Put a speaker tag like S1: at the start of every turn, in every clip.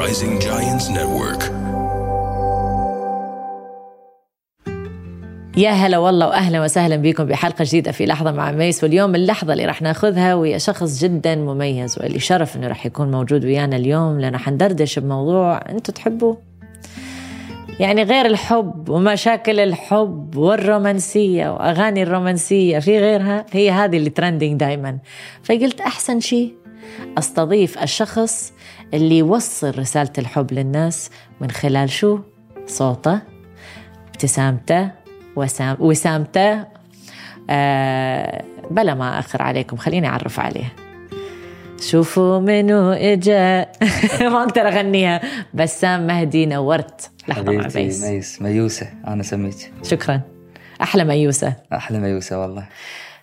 S1: Rising Giants Network.
S2: يا هلا والله واهلا وسهلا بكم بحلقه جديده في لحظه مع ميس واليوم اللحظه اللي راح ناخذها ويا شخص جدا مميز واللي شرف انه راح يكون موجود ويانا اليوم لان حندردش بموضوع انتم تحبوه يعني غير الحب ومشاكل الحب والرومانسية وأغاني الرومانسية في غيرها هي هذه اللي ترندing دايما فقلت أحسن شيء أستضيف الشخص اللي يوصل رسالة الحب للناس من خلال شو؟ صوته ابتسامته وسام- وسامته آه بلا ما أخر عليكم خليني أعرف عليه شوفوا منو اجا ما اقدر اغنيها بسام مهدي نورت لحظه مع
S3: حبيبتي
S2: بيس
S3: ميس ميوسة أنا سميتك
S2: شكرا احلى ميوسه
S3: أحلى ميوسة والله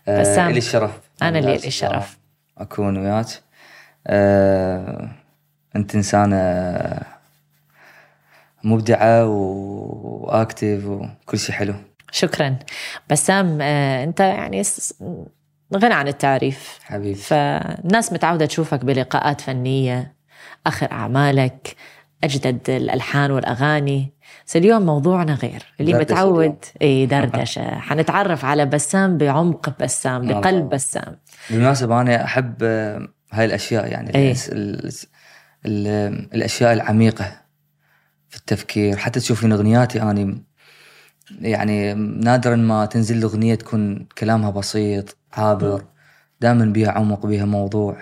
S2: بسام.
S3: آه لي الشرف
S2: أنا لي
S3: بالله
S2: الشرف.
S3: أكون وياك آه أنت إنسانة آه، مبدعة و- وأكتف وكل شيء حلو
S2: شكرا بسام آه، انت يعني س- غنى عن التعريف
S3: حبيبي
S2: فالناس متعوده تشوفك بلقاءات فنيه اخر اعمالك اجدد الالحان والاغاني بس اليوم موضوعنا غير اللي
S3: دردشة
S2: متعود
S3: اليوم.
S2: اي دردشه حنتعرف على بسام بعمق بسام
S3: الله.
S2: بقلب بسام
S3: بالمناسبة أنا أحب آه، هاي الأشياء يعني
S2: إيه.
S3: الأس- الأس- ال- الأشياء العميقة في التفكير حتى تشوفين أغنياتي أنا يعني نادرا ما تنزل لي أغنية تكون كلامها بسيط عابر دائما بيها عمق بيها موضوع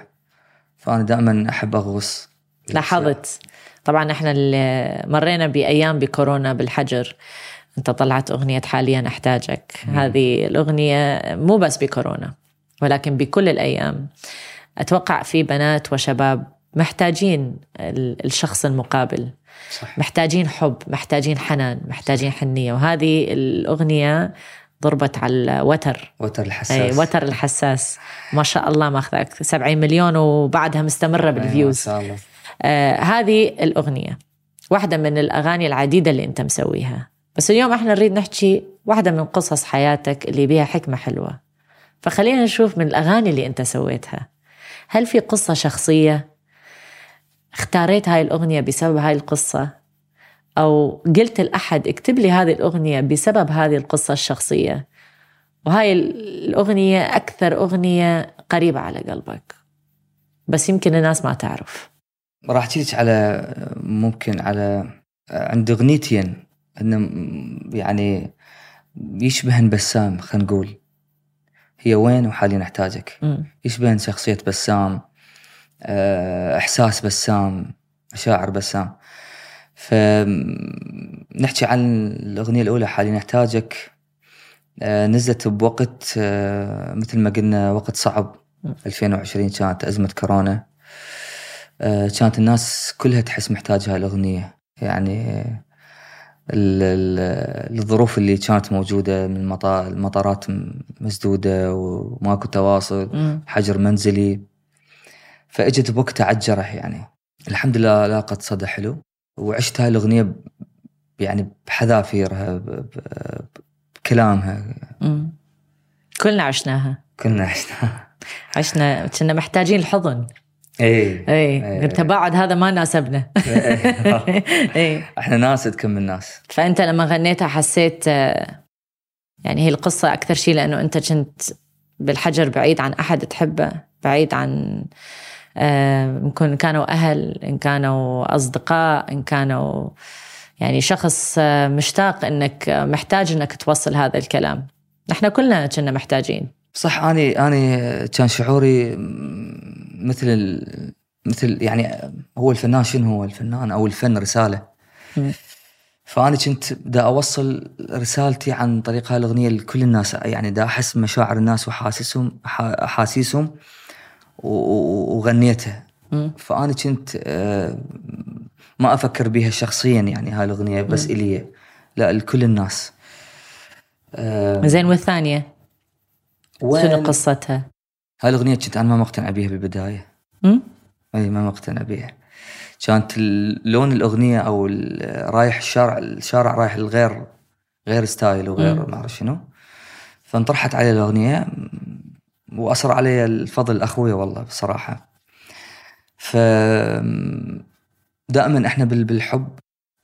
S3: فأنا دائما أحب أغوص
S2: لاحظت طبعا احنا اللي مرينا بايام بكورونا بالحجر انت طلعت اغنيه حاليا احتاجك هذه الاغنيه مو بس بكورونا ولكن بكل الايام اتوقع في بنات وشباب محتاجين ال- الشخص المقابل
S3: صح.
S2: محتاجين حب محتاجين حنان محتاجين حنيه وهذه الاغنيه ضربت على الوتر
S3: وتر
S2: اي
S3: الحساس
S2: إيه، وتر الحساس ما شاء الله ماخذك 70 مليون وبعدها مستمره
S3: أي، إيه، ما
S2: بالفيوز
S3: شاء الله
S2: آه هذه الأغنية واحدة من الأغاني العديدة اللي أنت مسويها بس اليوم احنا نريد نحكي واحدة من قصص حياتك اللي بيها حكمة حلوة فخلينا نشوف من الأغاني اللي أنت سويتها هل في قصة شخصية اختاريت هاي الأغنية بسبب هاي القصة أو قلت لأحد اكتب لي هذه الأغنية بسبب هذه القصة الشخصية وهاي الأغنية أكثر أغنية قريبة على قلبك بس يمكن الناس ما تعرف
S3: راح احكي على ممكن على عند اغنيتين انه م- يعني يشبهن بسام خلينا نقول هي وين وحاليا احتاجك
S2: مم.
S3: يشبهن شخصية بسام آه، احساس بسام مشاعر بسام فنحكي عن الاغنية الاولى حاليا احتاجك آه، نزلت بوقت آه، مثل ما قلنا وقت صعب 2020 كانت ازمة كورونا آه، كانت الناس كلها تحس محتاجة هالأغنية يعني آه، ال- ال- الظروف اللي كانت موجودة من المطار المطارات م- مسدودة وماكو تواصل
S2: مم.
S3: حجر منزلي فاجت بوقتها عجره يعني الحمد لله لاقت صدى حلو وعشت هاي الاغنيه ب- يعني بحذافيرها ب- ب- بكلامها
S2: مم. كلنا عشناها
S3: كنا عشناها
S2: عشنا كنا محتاجين الحضن
S3: اي
S2: إيه. اي التباعد هذا ما ناسبنا اي
S3: احنا ناس تكم الناس
S2: فانت لما غنيتها حسيت آه، يعني هي القصه اكثر شيء لانه انت كنت بالحجر بعيد عن احد تحبه بعيد عن آه، ان كن- كانوا اهل ان كانوا اصدقاء ان كانوا يعني شخص آه، مشتاق انك آه، محتاج انك توصل هذا الكلام نحن كلنا كنا محتاجين
S3: صح اني اني كان شعوري م- مثل ال- مثل يعني هو الفنان شنو هو الفنان او الفن رساله
S2: مم.
S3: فانا كنت دا اوصل رسالتي عن طريق هالاغنيه لكل الناس يعني دا احس بمشاعر الناس وحاسسهم ح- احاسيسهم و- و- وغنيتها
S2: مم.
S3: فانا كنت آه، ما افكر بيها شخصيا يعني هاي الاغنيه بس الي لا لكل الناس آه،
S2: زين والثانيه شنو
S3: وين-
S2: قصتها؟
S3: هاي الأغنية كنت أنا ما مقتنع بيها بالبداية
S2: م?
S3: أي ما مقتنع بيها كانت ال- لون الأغنية أو ال- رايح الشارع الشارع رايح الغير غير ستايل وغير
S2: مم.
S3: ما أعرف شنو فانطرحت علي الأغنية وأثر علي الفضل أخوي والله بصراحة ف دائما احنا بال- بالحب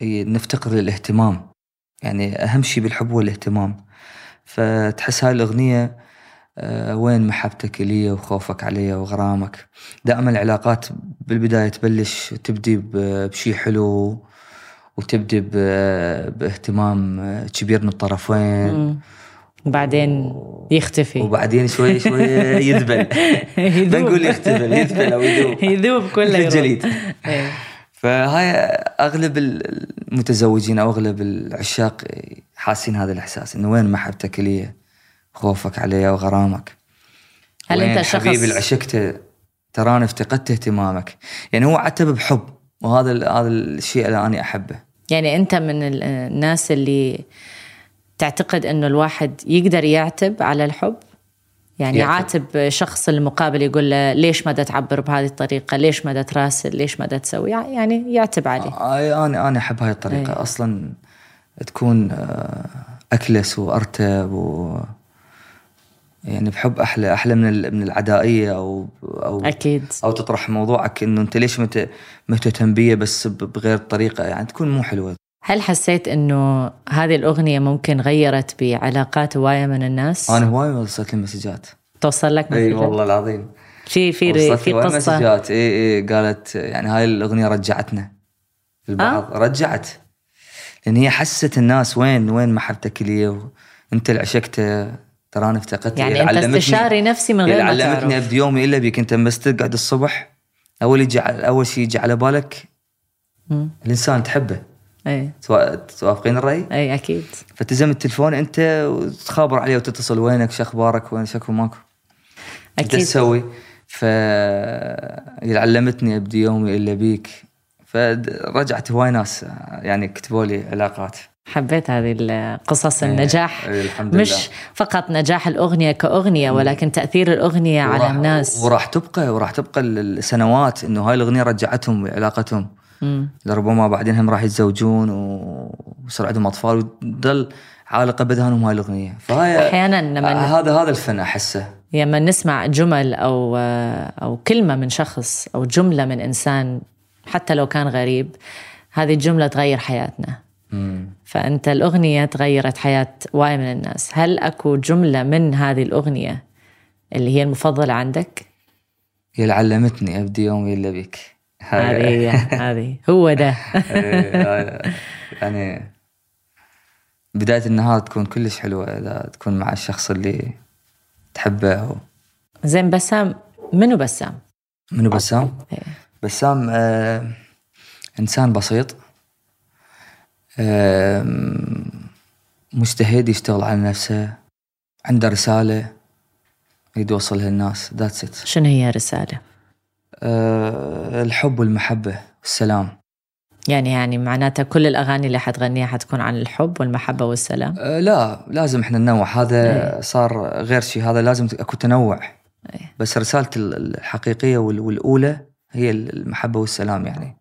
S3: نفتقر للاهتمام يعني اهم شيء بالحب هو الاهتمام فتحس هاي الاغنيه آه، وين محبتك لي وخوفك علي وغرامك دائما العلاقات بالبدايه تبلش تبدي ب- بشي حلو وتبدي ب- باهتمام آه، كبير من الطرفين
S2: مم. بعدين يختفي
S3: وبعدين شوي شوي يذبل
S2: يذوب.
S3: بنقول يختبل، يذبل أو يذوب.
S2: يذوب كله
S3: مثل
S2: يروح.
S3: الجليد
S2: إيه.
S3: فهاي اغلب المتزوجين او اغلب العشاق حاسين هذا الاحساس انه وين محبتك لي خوفك علي وغرامك
S2: هل
S3: وين
S2: انت شخص
S3: حبيبي اللي عشقته تراني افتقدت اهتمامك يعني هو عتب بحب وهذا ال- هذا الشيء اللي انا احبه
S2: يعني انت من ال- الناس اللي تعتقد انه الواحد يقدر يعتب على الحب يعني
S3: يعتب.
S2: عاتب شخص المقابل يقول له ليش ما دا تعبر بهذه الطريقه ليش ما دا تراسل ليش ما دا تسوي يعني يعتب عليه
S3: آه، أي- انا انا احب هاي الطريقه
S2: أي.
S3: اصلا تكون آه، اكلس وارتب و يعني بحب احلى احلى من ال- من العدائيه او او
S2: اكيد
S3: او تطرح موضوعك انه انت ليش مت... مهتم بيه بس ب- بغير طريقه يعني تكون مو حلوه
S2: هل حسيت انه هذه الاغنيه ممكن غيرت بعلاقات هوايه من الناس
S3: انا هواي وصلت لي مسجات
S2: توصل لك
S3: اي
S2: مسجات؟
S3: والله العظيم
S2: في في
S3: وصلت
S2: في
S3: لي هواي
S2: قصه
S3: مسجات اي اي قالت يعني هاي الاغنيه رجعتنا البعض آه؟ رجعت لان هي حست الناس وين وين محبتك لي و... انت اللي عشقته ترى انا افتقدت
S2: يعني انت استشاري نفسي من غير ما
S3: علمتني
S2: تعرف
S3: ابدي يومي الا بيك انت بس تقعد الصبح اول يجي على- اول شيء يجي على بالك
S2: مم.
S3: الانسان تحبه
S2: اي
S3: توا- توافقين الراي؟
S2: اي اكيد
S3: فتزم التلفون انت وتخابر عليه وتتصل وينك شو اخبارك وين شكو ماكو ايش
S2: اكيد
S3: تسوي؟ ف اللي علمتني ابدي يومي الا بيك فرجعت هواي ناس يعني كتبوا لي علاقات
S2: حبيت هذه القصص
S3: إيه،
S2: النجاح
S3: إيه، الحمد
S2: طيب، مش
S3: لله.
S2: فقط نجاح الأغنية كأغنية ولكن تأثير الأغنية على
S3: وراح-
S2: يعني الناس
S3: وراح تبقى وراح تبقى السنوات انه هاي الاغنيه رجعتهم علاقتهم
S2: مم.
S3: لربما بعدين هم راح يتزوجون و- ويصير عندهم اطفال وتضل عالقه بذهنهم هاي الاغنيه فهاي آه،
S2: أحيانا لما
S3: هذا هذا الفن احسه
S2: لما نسمع جمل أو أو كلمة من شخص أو جملة من إنسان حتى لو كان غريب هذه الجملة تغير حياتنا
S3: مم.
S2: فأنت الأغنية تغيرت حياة واي من الناس هل أكو جملة من هذه الأغنية اللي هي المفضلة عندك؟
S3: هي اللي علمتني ابدي يومي الا بك هاي-
S2: هذه هي، هذه هو ده
S3: إيه، يعني بداية النهار تكون كلش حلوة إذا تكون مع الشخص اللي تحبه
S2: زين بسام منو بسام؟
S3: منو بسام؟
S2: إيه.
S3: بسام آه، إنسان بسيط آه، مجتهد يشتغل على نفسه عنده رسالة يريد يوصلها للناس ذاتس ات
S2: شنو هي رسالة؟
S3: آه، الحب والمحبة والسلام
S2: يعني يعني معناتها كل الأغاني اللي حتغنيها حتكون عن الحب والمحبة والسلام
S3: أه، لا لازم احنا ننوع
S2: إيه.
S3: هذا صار غير شيء هذا لازم اكو تنوع بس رسالتي ال- الحقيقيه وال- والاولى هي ال- المحبه والسلام يعني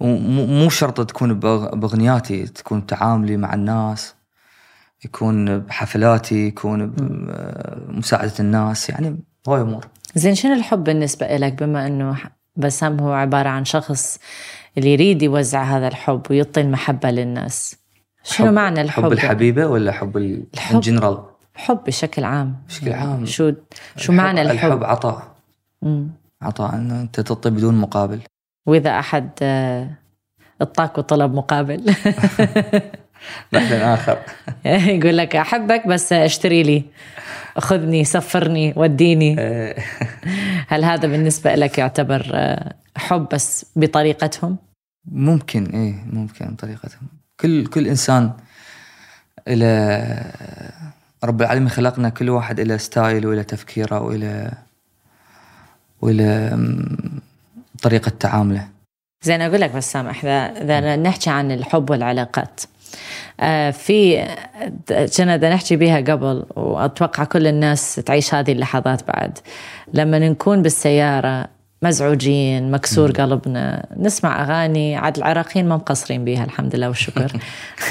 S3: ومو مو شرط تكون بأغ- باغنياتي تكون تعاملي مع الناس يكون بحفلاتي يكون بمساعده الناس يعني هاي امور
S2: زين شنو الحب بالنسبة لك بما أنه ح- بسام هو عبارة عن شخص اللي يريد يوزع هذا الحب ويعطي المحبة للناس شنو
S3: حب-
S2: معنى الحب؟
S3: حب الحبيبه ولا حب ال-
S2: الحب.
S3: ان جنرال
S2: الحب بشكل عام يعني
S3: بشكل عام.
S2: شو شو معنى الحب؟
S3: الحب عطاء
S2: مم.
S3: عطاء انه انت تعطي بدون مقابل
S2: وإذا أحد آه، اطاك وطلب مقابل
S3: مثلا اخر
S2: يقول لك أحبك بس اشتري لي خذني سفرني وديني
S3: إيه.
S2: هل هذا بالنسبة لك يعتبر آه، حب بس بطريقتهم؟
S3: ممكن ايه ممكن طريقتهم كل كل انسان الى رب العالمين خلقنا كل واحد الى ستايل والى تفكيره والى والى أم، طريقه تعامله
S2: زين أقول لك بسام إحنا إذا نحكي عن الحب والعلاقات آه، في كنا بدنا نحكي بيها قبل وأتوقع كل الناس تعيش هذه اللحظات بعد لما نكون بالسيارة مزعوجين مكسور قلبنا نسمع أغاني عاد العراقيين ما مقصرين بيها الحمد لله والشكر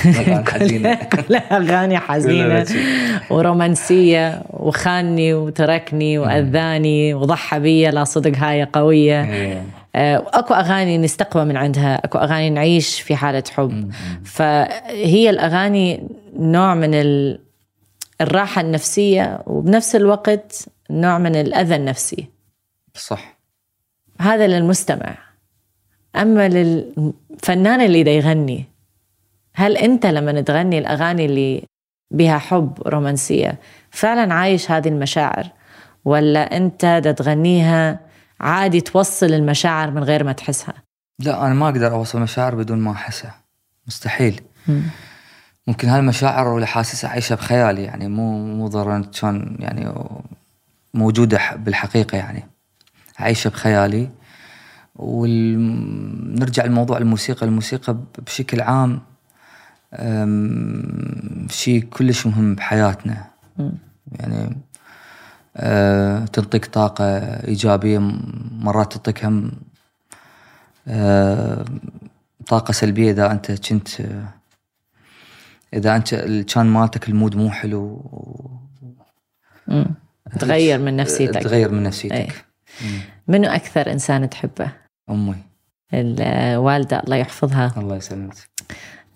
S3: أغاني حزينة.
S2: كلها أغاني
S3: كلها
S2: حزينة
S3: بتشي.
S2: ورومانسية وخاني وتركني وأذاني وضحى بي لا صدق هاي قوية آه، واكو اغاني نستقوى من عندها اكو اغاني نعيش في حاله حب فهي الاغاني نوع من ال- الراحه النفسيه وبنفس الوقت نوع من الاذى النفسي
S3: صح
S2: هذا للمستمع اما للفنان اللي دا يغني هل انت لما تغني الاغاني اللي بها حب رومانسيه فعلا عايش هذه المشاعر ولا انت دا تغنيها عادي توصل المشاعر من غير ما تحسها
S3: لا انا ما اقدر اوصل مشاعر بدون ما احسها مستحيل ممكن هالمشاعر ولا حاسس اعيشها بخيالي يعني مو مو ضروري كان يعني موجوده ح- بالحقيقه يعني اعيشها بخيالي ونرجع لموضوع الموسيقى الموسيقى ب- بشكل عام أم، شيء كلش مهم بحياتنا يعني أه، تنطيك طاقة إيجابية م- مرات تعطيك هم أه، طاقة سلبية إذا أنت كنت أه، إذا أنت ال- كان مالتك المود مو حلو و- آه،
S2: تغير من نفسيتك
S3: تغير من نفسيتك
S2: إيه. منو اكثر انسان تحبه
S3: أمي
S2: الوالده الله يحفظها
S3: الله يسلمك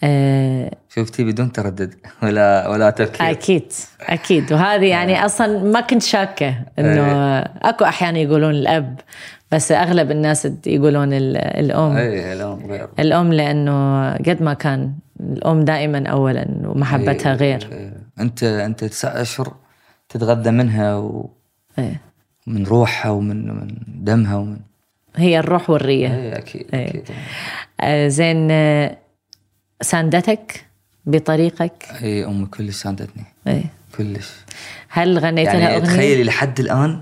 S2: آه،
S3: شفتي بدون تردد ولا ولا تفكير
S2: اكيد اكيد وهذه
S3: أه.
S2: يعني اصلا ما كنت شاكه انه اكو احيانا يقولون الاب بس اغلب الناس يقولون ال- الام
S3: اي إيه، لا غير
S2: الام لانه قد ما كان الام دائما اولا ومحبتها
S3: إيه،
S2: غير
S3: إيه. انت انت تسع اشهر تتغذى منها ومن
S2: إيه.
S3: روحها ومن من دمها ومن
S2: هي الروح والريه
S3: اي اكيد
S2: إيه.
S3: اكيد
S2: آه، زين آه، ساندتك بطريقك
S3: اي امي كلش ساندتني
S2: إيه.
S3: كلش
S2: هل غنيت لها
S3: يعني
S2: اغنيه
S3: تخيلي لحد الان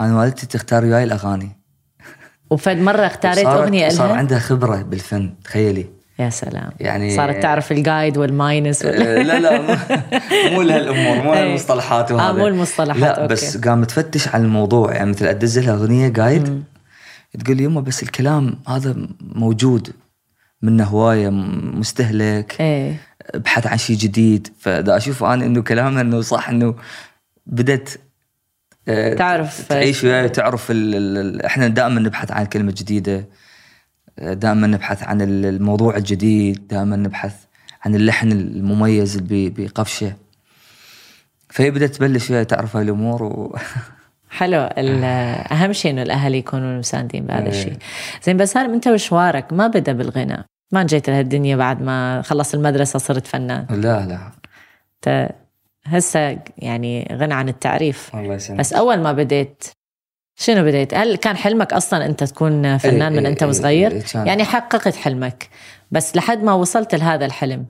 S3: انا والدتي تختار وياي الاغاني
S2: وفد مره اختاريت
S3: صارت-
S2: اغنيه
S3: صار
S2: لها
S3: عندها خبره بالفن تخيلي
S2: يا سلام
S3: يعني-
S2: صارت تعرف الجايد والماينس وال...
S3: آه، لا لا مو- مو لهالامور مو
S2: إيه.
S3: لهالمصطلحات وهذا
S2: آه، مو المصطلحات،
S3: لا
S2: أوكي.
S3: بس قامت تفتش على الموضوع يعني مثل ادز لها اغنيه قايد تقول لي يما بس الكلام هذا موجود منه هوايه م- مستهلك
S2: ايه
S3: ابحث عن شيء جديد فدا اشوف انا انه كلامها انه صح انه بدت آه،
S2: تعرف-
S3: تعيش وياي تعرف ال... ال... ال... احنا دائما نبحث عن كلمه جديده آه، دائما نبحث عن ال- الموضوع الجديد دائما نبحث عن اللحن المميز اللي بي- بقفشه فهي بدات تبلش وياي تعرف هالامور و...
S2: حلو ال-
S3: آه.
S2: اهم شيء انه الاهل يكونوا مساندين
S3: إيه.
S2: بهذا الشيء زين بس هل انت وشوارك ما بدا بالغناء ما جيت لهالدنيا بعد ما خلصت المدرسه صرت فنان
S3: لا لا
S2: انت هسه يعني غنى عن التعريف
S3: الله يسلمك
S2: بس اول ما بديت شنو بديت؟ هل كان حلمك اصلا انت تكون فنان
S3: إيه،
S2: من
S3: إيه،
S2: انت
S3: إيه،
S2: وصغير؟
S3: إيه، كان.
S2: يعني حققت حلمك بس لحد ما وصلت لهذا الحلم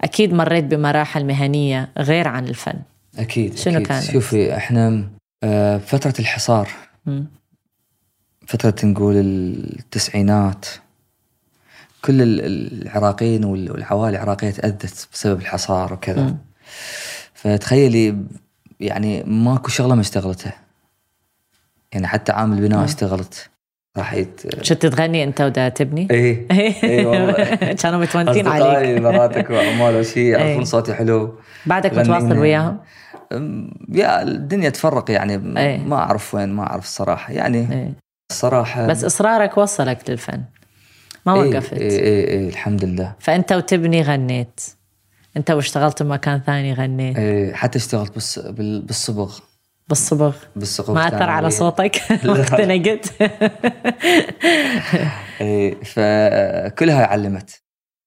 S2: اكيد مريت بمراحل مهنيه غير عن الفن
S3: اكيد
S2: شنو
S3: أكيد.
S2: كانت؟
S3: شوفي احنا آه، فتره الحصار
S2: مم.
S3: فترة نقول التسعينات كل ال- ال- العراقيين وال- والعوائل العراقية تأذت بسبب الحصار وكذا فتخيلي يعني ماكو شغلة ما اشتغلتها يعني حتى عامل بناء اشتغلت راح يت...
S2: كنت تغني انت ودا تبني؟
S3: ايه ايه والله
S2: كانوا متونتين عليك
S3: اصدقائي مراتك وعمال وشي
S2: إيه.
S3: يعرفون صوتي حلو
S2: بعدك
S3: غنينا.
S2: متواصل وياهم
S3: أم، يا الدنيا تفرق يعني م-
S2: إيه.
S3: ما اعرف وين ما اعرف الصراحه يعني
S2: إيه.
S3: الصراحه
S2: بس اصرارك وصلك للفن ما
S3: إيه،
S2: وقفت
S3: إيه إيه إيه الحمد لله
S2: فانت وتبني غنيت انت واشتغلت بمكان ثاني غنيت
S3: إيه حتى اشتغلت بالص... بال... بالصبغ
S2: بالصبغ
S3: بالصبغ
S2: ما اثر على صوتك وقت نقت
S3: إيه فكلها علمت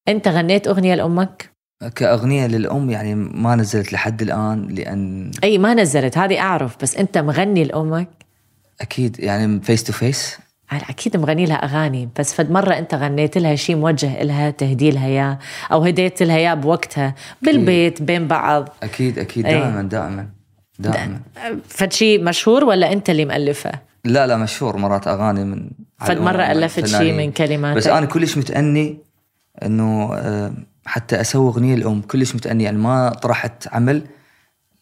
S2: انت غنيت اغنيه لامك
S3: كأغنية للأم يعني ما نزلت لحد الآن لأن
S2: اي ما نزلت هذه اعرف بس انت مغني لامك
S3: أكيد يعني فيس تو فيس
S2: أنا اكيد مغني لها اغاني بس فد مره انت غنيت لها شيء موجه لها تهدي لها اياه او هديت لها اياه بوقتها بالبيت
S3: إيه.
S2: بين بعض
S3: أكيد أكيد
S2: إيه.
S3: دائما دائما دائما
S2: فد شيء مشهور ولا انت اللي مألفه
S3: لا لا مشهور مرات أغاني من
S2: فد مرة
S3: على-
S2: ألفت شي
S3: فنانين.
S2: من كلماتك.
S3: بس أنا كلش متأني إنه آه، حتى أسوي أغنية لأم كلش متأني يعني ما طرحت عمل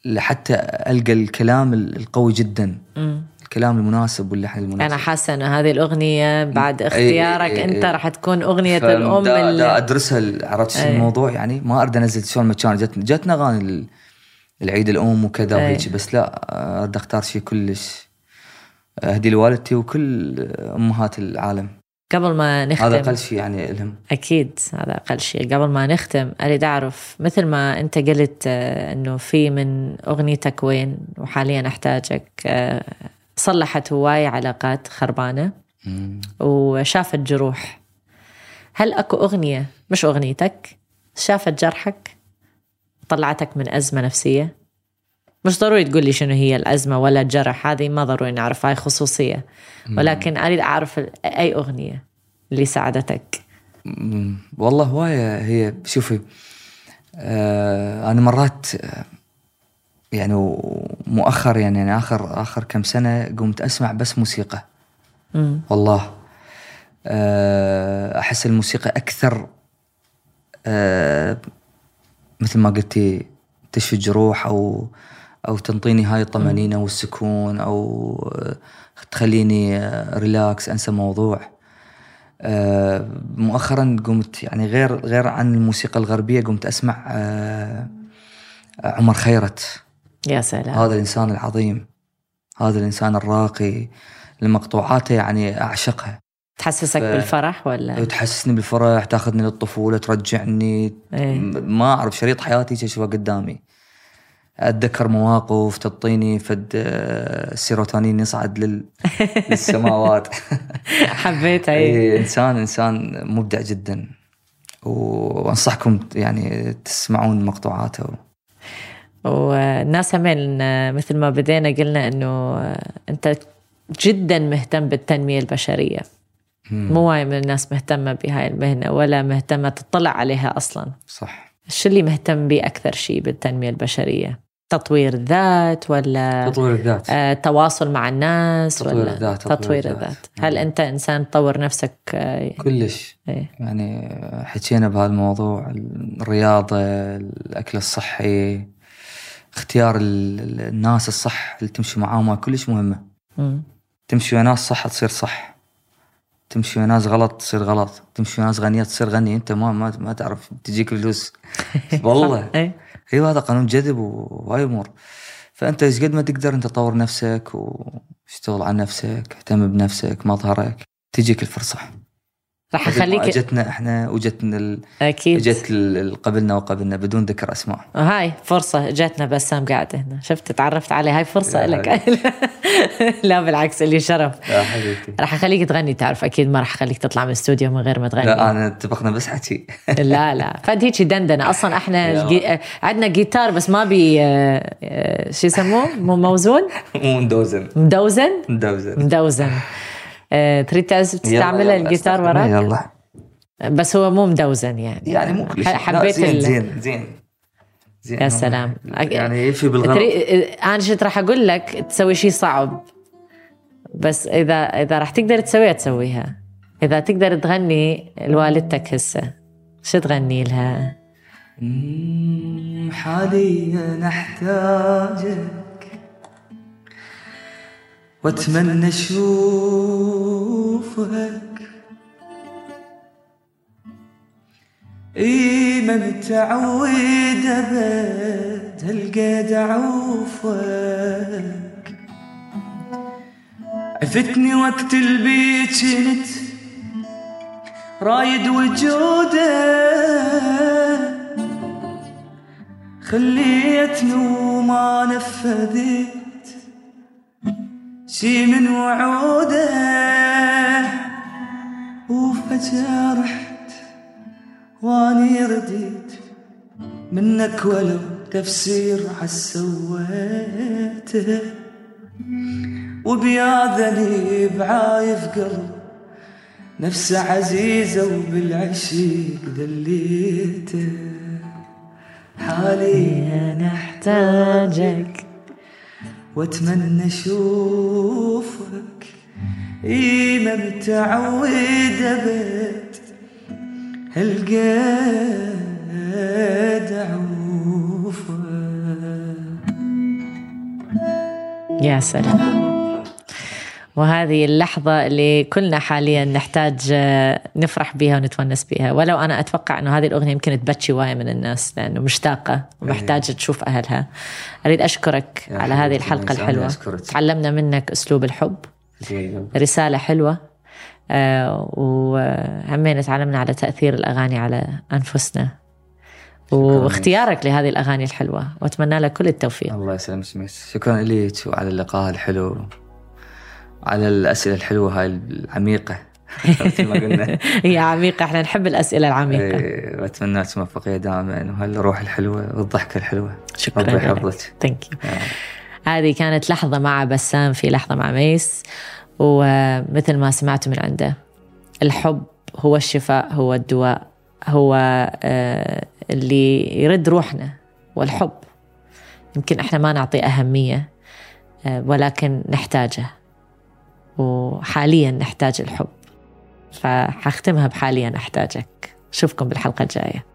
S3: لحتى ألقى الكلام ال- القوي جدا الكلام المناسب واللحن المناسب
S2: انا حاسه انه هذه الاغنيه بعد اختيارك
S3: إيه، إيه،
S2: انت
S3: إيه.
S2: راح تكون اغنيه
S3: فم-
S2: الام
S3: دا, دا
S2: اللي
S3: ادرسها ال- عرفت شو الموضوع يعني ما اريد انزل شلون مكان جت جتنا اغاني ال- العيد الام وكذا
S2: أي.
S3: وهيك بس لا اريد اختار شيء كلش أهدي لوالدتي وكل أمهات العالم
S2: قبل ما نختم
S3: هذا أقل شيء يعني لهم
S2: أكيد هذا أقل شيء قبل ما نختم أريد أعرف مثل ما أنت قلت آه، أنه في من أغنيتك وين وحاليا أحتاجك آه، صلحت هواي علاقات خربانة وشافت جروح هل أكو أغنية مش أغنيتك شافت جرحك طلعتك من أزمة نفسية مش ضروري تقول لي شنو هي الأزمة ولا الجرح هذه ما ضروري نعرف هاي خصوصية ولكن أريد أعرف ال- أي أغنية اللي ساعدتك
S3: مم. والله هواية هي شوفي آه أنا مرات آه، يعني و- مؤخر يعني, يعني آخر آخر كم سنة قمت أسمع بس موسيقى
S2: مم.
S3: والله آه أحس الموسيقى أكثر آه مثل ما قلتي تشفي الجروح أو أو تنطيني هاي الطمأنينة والسكون أو آه، تخليني آه، ريلاكس أنسى موضوع آه، مؤخرا قمت يعني غير غير عن الموسيقى الغربية قمت أسمع آه، عمر خيرت
S2: يا سلام
S3: هذا الإنسان العظيم هذا الإنسان الراقي لمقطوعاته يعني أعشقها
S2: تحسسك
S3: ف-
S2: بالفرح ولا
S3: يعني تحسسني بالفرح تاخذني للطفوله ترجعني
S2: إيه.
S3: م- ما اعرف شريط حياتي هيك اشوفه قدامي اتذكر مواقف تعطيني فد آه، السيروتونين يصعد لل... للسماوات
S2: حبيتها إيه.
S3: إيه، انسان انسان مبدع جدا وانصحكم يعني تسمعون مقطوعاته
S2: والناس همين مثل ما بدينا قلنا انه انت جدا مهتم بالتنمية البشرية مو وايد من الناس مهتمة بهاي المهنة ولا مهتمة تطلع عليها أصلا
S3: صح
S2: شو اللي مهتم بيه أكثر شيء بالتنمية البشرية تطوير الذات ولا
S3: تطوير الذات
S2: آه، تواصل مع الناس
S3: تطوير
S2: ولا
S3: الذات،
S2: تطوير,
S3: تطوير
S2: الذات.
S3: الذات.
S2: هل أنت إنسان تطور نفسك آه،
S3: كلش
S2: إيه.
S3: يعني حكينا بهالموضوع الرياضة الأكل الصحي اختيار ال- ال- الناس الصح اللي تمشي معاهم كلش مهمة
S2: مم.
S3: تمشي ويا ناس صح تصير صح تمشي ويا ناس غلط تصير غلط تمشي ويا ناس غنية تصير غني انت ما ما, ما تعرف تجيك فلوس والله
S2: إيه.
S3: ايوه هذا قانون جذب وهاي امور فانت ايش قد ما تقدر انت تطور نفسك واشتغل على نفسك اهتم بنفسك مظهرك تجيك الفرصه
S2: راح
S3: مثل ما
S2: أخليك
S3: اجتنا احنا وجتنا ال...
S2: أكيد
S3: اجت ال- ال- قبلنا وقبلنا بدون ذكر اسماء
S2: هاي فرصة جاتنا بسام قاعدة هنا شفت تعرفت عليه هاي فرصة
S3: يا
S2: لك لا بالعكس اللي شرف
S3: يا حبيبتي
S2: راح اخليك تغني تعرف اكيد ما راح اخليك تطلع من الاستوديو من غير ما تغني
S3: لا انا اتفقنا بس حكي
S2: لا لا فد هيك دندنه اصلا احنا
S3: يلا.
S2: جي... عندنا جيتار بس ما بي آه، آه، شو يسموه مو موزون
S3: مو ندوزن
S2: مدوزن
S3: ندوزن
S2: مدوزن آه، تريد تعز- تستعمل
S3: يلا،
S2: الجيتار
S3: استخدمه،
S2: وراك
S3: يلا
S2: بس هو مو مدوزن يعني
S3: يعني مو كل
S2: ح-
S3: شيء
S2: حبيت
S3: لا، زين
S2: ال-
S3: زين زين زين
S2: يا سلام.
S3: يعني يفي بالغلط
S2: تري... انا شفت راح اقول لك تسوي شيء صعب بس اذا اذا راح تقدر تسويها تسويها اذا تقدر تغني لوالدتك هسه شو تغني لها
S3: مم، حاليا احتاجك واتمنى اشوفك اي ما متعود ابد هالقد اعوفك عفتني وقت البيت كنت رايد وجودك خليتني وما نفذت شي من وعوده وفجأة رحت واني رديت منك ولو تفسير عسويته وبيا ذنب عايف قلب نفسه عزيزة وبالعشيق دليته حاليا
S2: احتاجك
S3: واتمنى اشوفك اي ما متعود ابد هالقد اعوفك
S2: يا سلام وهذه اللحظة اللي كلنا حاليا نحتاج آه، نفرح بها ونتونس بها ولو أنا أتوقع أنه هذه الأغنية يمكن تبتشي وايد من الناس لأنه مشتاقة ومحتاجة تشوف أهلها أريد أشكرك
S3: إيه. يا
S2: على هذه
S3: حبيبتي،
S2: الحلقة
S3: أنا
S2: الحلوة
S3: أشكرك.
S2: تعلمنا منك أسلوب الحب
S3: زين.
S2: رسالة حلوة آه، وهمين تعلمنا على تأثير الأغاني على أنفسنا واختيارك لهذه الأغاني الحلوة وأتمنى لك كل التوفيق
S3: الله يسلمك سميت شكرا لك وعلى اللقاء الحلو على الأسئلة الحلوة هاي العميقة مثل ما قلنا
S2: هي عميقة احنا نحب الأسئلة العميقة
S3: إيه، وأتمنى لك الموفقية دائما وهالروح الحلوة والضحكة الحلوة
S2: شكرا
S3: ربي
S2: لك
S3: يحفظك
S2: ثانك يو هذه كانت لحظة مع بسام في لحظة مع ميس ومثل ما سمعت من عنده الحب هو الشفاء هو الدواء هو آه، اللي يرد روحنا والحب يمكن احنا ما نعطيه أهمية آه، ولكن نحتاجه وحاليا نحتاج الحب فحختمها بحاليا أحتاجك أشوفكم بالحلقة الجاية